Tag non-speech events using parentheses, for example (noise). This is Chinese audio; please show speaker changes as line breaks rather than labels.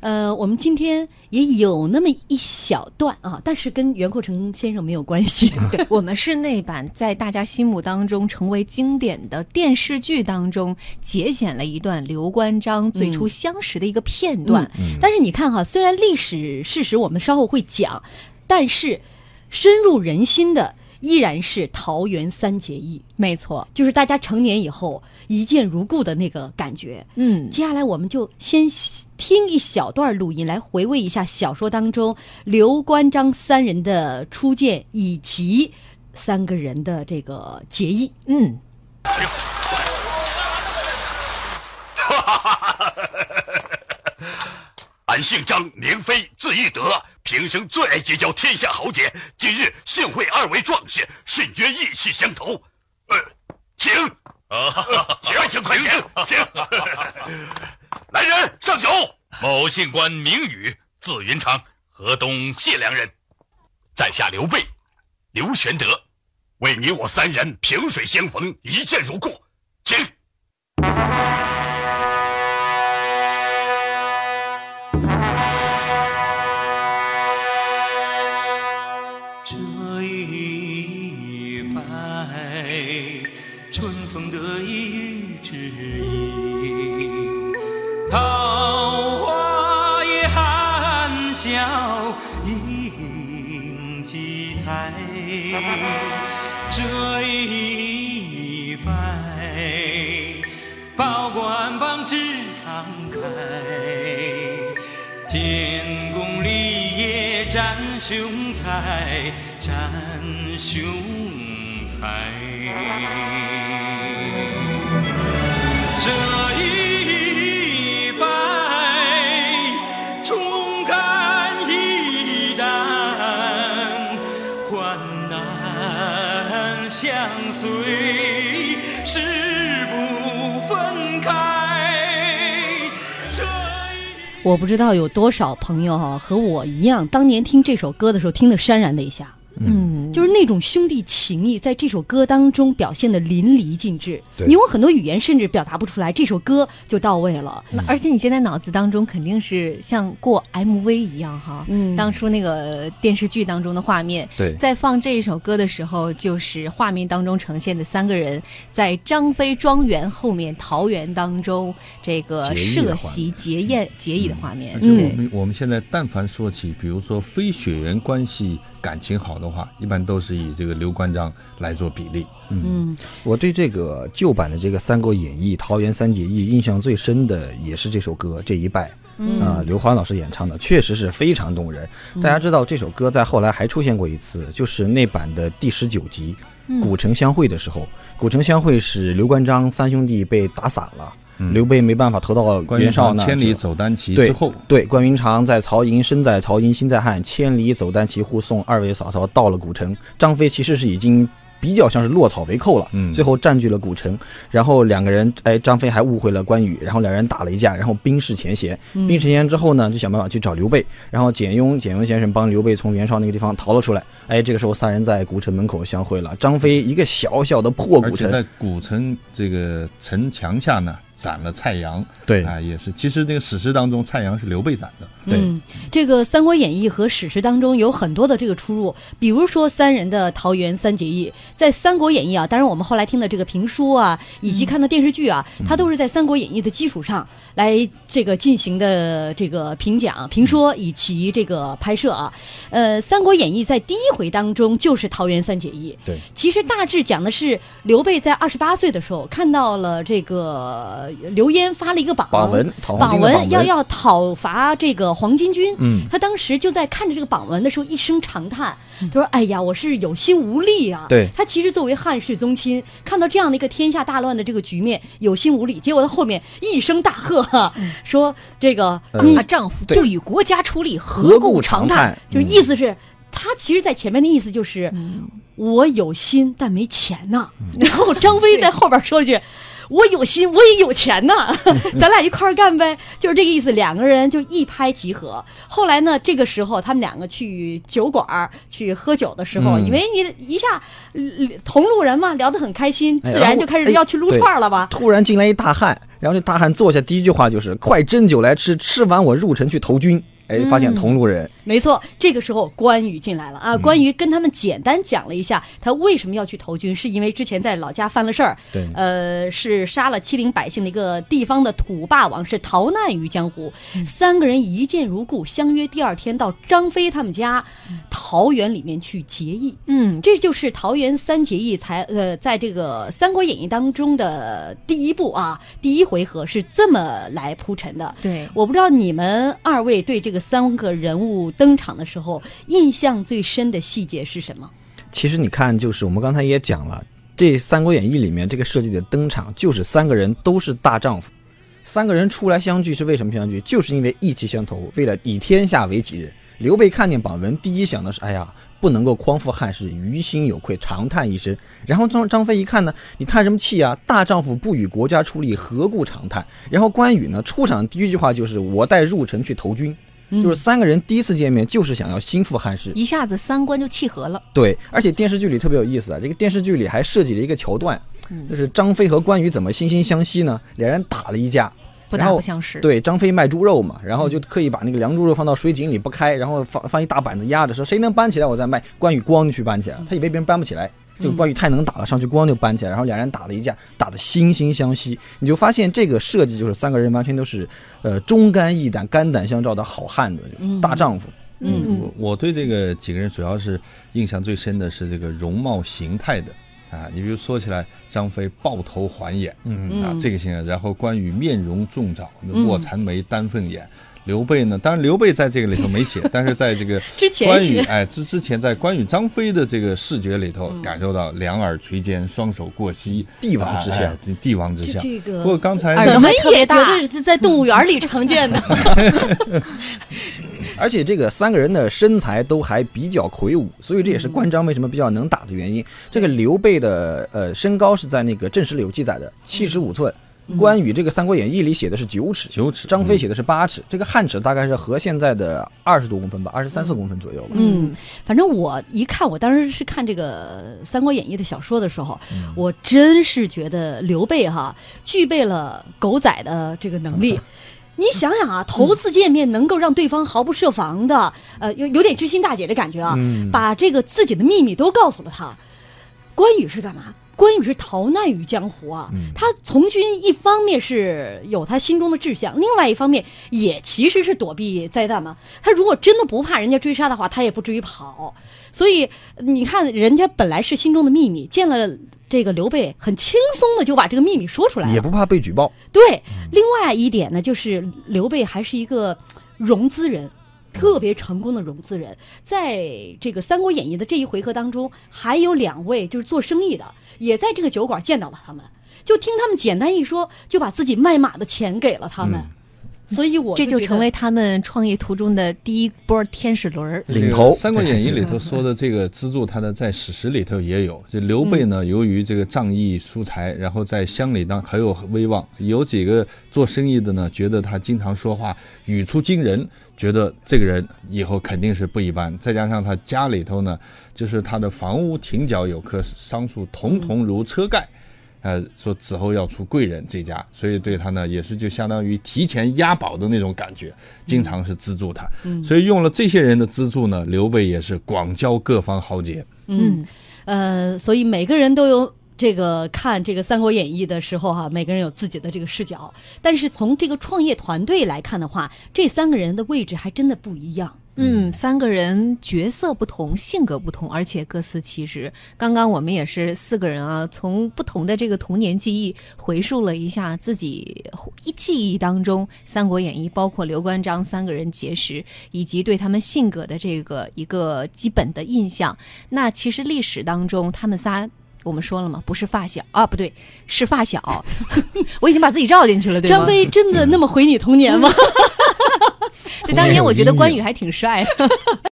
呃，我们今天也有那么一小段啊，但是跟袁阔成先生没有关 (laughs) 系。
对， (laughs) 我们是那版在大家心目当中成为经典的电视剧当中节选了一段刘关张最初相识的一个片段。
嗯但是你看哈，虽然历史事实我们稍后会讲，但是深入人心的依然是桃园三结义，
没错，
就是大家成年以后一见如故的那个感觉。
嗯，
接下来我们就先听一小段录音，来回味一下小说当中刘关张三人的初见，以及三个人的这个结义。
嗯，
俺姓张，名飞，字翼德，平生最爱结交天下豪杰。今日幸会二位壮士，甚觉意气相投。呃，请啊，请请快请请！来人，上酒！
某姓官名羽，字云长，河东解良人。在下刘备，刘玄德。
为你我三人萍水相逢，一见如故。请。
这一拜，春风得意之意，桃花也含笑迎几台。这一拜，报官方知慷慨。建功立业展雄才，展雄才。这一拜，重看一旦，患难相随，誓不分开。这一。
我不知道有多少朋友哈、和我一样，当年听这首歌的时候听得潸然泪下，
嗯，
就是那种兄弟情谊在这首歌当中表现的淋漓尽致。
对
你有很多语言甚至表达不出来，这首歌就到位了。
而且你现在脑子当中肯定是像过 MV 一样哈，
嗯
当初那个电视剧当中的画面，
对
在放这一首歌的时候，就是画面当中呈现的三个人在张飞庄园后面桃园当中这个
结义的
设
画面嗯
席结宴结义的画面，
而且啊我
对，
们我们现在但凡说起，比如说非血缘关系感情好的话，一般都是以这个刘关张来做比例。
嗯，
我对这个旧版的这个《三国演义》《桃园三结义》印象最深的也是这首歌这一拜
嗯
啊、刘欢老师演唱的，确实是非常动人。大家知道这首歌在后来还出现过一次，就是那版的第十九集《古城相会》的时候，古城相会是刘关张三兄弟被打散了，刘备没办法投到
嗯关于
袁绍那，
千里
走。
走单骑
对
之后，
对，关云长在曹营，身在曹营心在汉，千里走单骑，护送二位嫂嫂到了古城。张飞其实是已经比较像是落草为寇了，
嗯
最后占据了古城。然后两个人，哎，张飞还误会了关羽，然后两人打了一架，然后冰释前嫌。冰释前嫌之后呢，就想办法去找刘备，然后简雍，简雍先生帮刘备从袁绍那个地方逃了出来。哎，这个时候三人在古城门口相会了。张飞一个小小的破
而
古
且
城，
在古城这个城墙下呢，斩了蔡阳。
对
啊，也是。其实这个史诗当中，蔡阳是刘备斩的。
对
嗯，这个《三国演义》和史实当中有很多的这个出入，比如说三人的桃园三结义，在《三国演义》啊，当然我们后来听的这个评书啊，以及看的电视剧啊，
嗯
它都是在《三国演义》的基础上来这个进行的这个评讲、评说以及这个拍摄啊。呃，《三国演义》在第一回当中就是桃园三结义，
对，
其实大致讲的是刘备在二十八岁的时候看到了这个刘焉发了一个榜，
榜文讨黄
榜
金的
文
榜
要
文
要讨伐这个黄巾军。
嗯
他当时就在看着这个榜文的时候一声长叹，他说：“哎呀，我是有心无力啊。”
对
他其实作为汉室宗亲，看到这样的一个天下大乱的这个局面，有心无力。结果他后面一声大喝，哈，说：“这个你
啊，丈夫
对
就与国家出力，
何
何
故
故
长
长
叹嗯
叹？
就是意思是，他其实，在前面的意思
嗯
就是，我有心但没钱呐、然后张飞在后边说了句：“我有心，我也有钱呐，
嗯
咱俩一块儿干呗，就是这个意思。两个人就一拍即合。后来呢，这个时候他们两个去酒馆儿去喝酒的时候，
嗯
以为你一下呃同路人嘛，聊得很开心，
哎
自
然
然
后
就开始
哎
要去撸
对
串儿了吧？
突然进来一大汉，然后这大汉坐下，第一句话就是“快斟酒来吃，吃完我入城去投军”。哎，发现同路人，
没错，这个时候关羽进来了啊！关羽跟他们简单讲了一下他为什么要去投军，是因为之前在老家犯了事儿，
对
呃，是杀了欺凌百姓的一个地方的土霸王，是逃难于江湖。三个人一见如故，相约第二天到张飞他们家桃园里面去结义。
嗯，
这就是桃园三结义才呃，在这个《三国演义》当中的第一部啊，第一回合是这么来铺陈的。
对，
我不知道你们二位对这个三个人物登场的时候印象最深的细节是什么？
其实你看，就是我们刚才也讲了，这《三国演义》里面这个设计的登场，就是三个人都是大丈夫，三个人出来相聚是为什么相聚？就是因为意气相投，为了以天下为己任。刘备看见榜文，第一想的是：哎呀，不能够匡复汉室，于心有愧，长叹一声。然后张张飞一看呢，你叹什么气啊？大丈夫不与国家出力，何故长叹？然后关羽呢，出场第一句话就是：我待入城去投军。就是三个人第一次见面，就是想要心腹汉室，
一下子三观就契合了。
对，而且电视剧里特别有意思啊，这个电视剧里还设计了一个桥段，
嗯
就是张飞和关羽怎么惺惺相惜呢？两人打了一架。
不打
然后
不相识嗯
对，张飞卖猪肉嘛，然后就刻意把那个凉猪肉放到水井里不开，然后放放一大板子压着，说谁能搬起来我再卖。关羽咣就去搬起
嗯
来了，他以为别人搬不起来，就关羽太能打了，上去咣就搬起来，然后两人打了一架，打得惺惺相惜。你就发现这个设计就是三个人完全都是，呃，忠肝义胆、肝胆相照的好汉子，就是大丈夫。
嗯
我我对这个几个人主要是印象最深的是这个容貌形态的啊，你比如说起来，张飞抱头环眼，嗯啊这个形象，然后关羽面容重枣，
嗯
卧蚕眉，丹凤眼。刘备呢？当然，刘备在这个里头
(laughs)
没写，但是在这个
之前
关羽
写
哎之之前在关羽张飞的这个视觉里头，
嗯
感受到两耳垂肩，双手过膝，
帝王之相
啊哎帝王之相。
这这个
不过刚才
怎么
特
也
别大
觉得是在动物园里常见的。
而且这个三个人的身材都还比较魁梧，所以这也是关张为什么比较能打的原因。这个刘备的呃身高是在那个《正史》里有记载的，七十五寸。关羽这个《三国演义》里写的是九尺，
九尺嗯
张飞写的是八尺，这个汉尺大概是和现在的二十多公分吧，二十三四公分左右吧。
(laughs) 嗯，反正我一看，我当时是看这个《三国演义》的小说的时候，我真是觉得刘备哈具备了狗仔的这个能力。你想想啊，头次见面能够让对方毫不设防的，呃，有有点知心大姐的感觉啊，把这个自己的秘密都告诉了他。关羽是干嘛？关羽是逃难于江湖啊！他从军一方面是有他心中的志向，另外一方面也其实是躲避灾难嘛。他如果真的不怕人家追杀的话，他也不至于跑。所以你看，人家本来是心中的秘密，见了这个刘备，很轻松的就把这个秘密说出来
也
了。
不怕被举报，
对，另外一点呢，就是刘备还是一个融资人。特别成功的融资人，在这个《三国演义》的这一回合当中，还有两位就是做生意的，也在这个酒馆见到了他们，就听他们简单一说，就把自己卖马的钱给了他们，所以我
这就
觉得
成为他们创业途中的第一波天使轮儿。
领头
《三国演义》里头说的这个资助，他的在史实里头也有。这刘备
嗯
呢，由于这个仗义疏财，然后在乡里当很有威望，有几个做生意的呢，觉得他经常说话语出惊人，觉得这个人以后肯定是不一般。再加上他家里头呢，就是他的房屋亭角有棵桑树，铜铜如车盖。呃，说此后要出贵人这家，所以对他呢也是就相当于提前押宝的那种感觉，经常是资助他。所以用了这些人的资助呢，刘备也是广交各方豪杰。
嗯，呃，所以每个人都有这个看这个《三国演义》的时候哈、每个人有自己的这个视角。但是从这个创业团队来看的话，这三个人的位置还真的不一样。
嗯，三个人角色不同，性格不同，而且各司其职。刚刚我们也是四个人啊，从不同的这个童年记忆回述了一下自己一记忆当中《三国演义》，包括刘关张三个人结识，以及对他们性格的这个一个基本的印象。那其实历史当中，他们仨。我们说了嘛，不是发小啊，不对，是发小。我已经把自己绕进去了，对吗？
张，飞真的那么毁你童年吗？
对，当年我觉得
童年有
关
阴影
羽还挺帅的。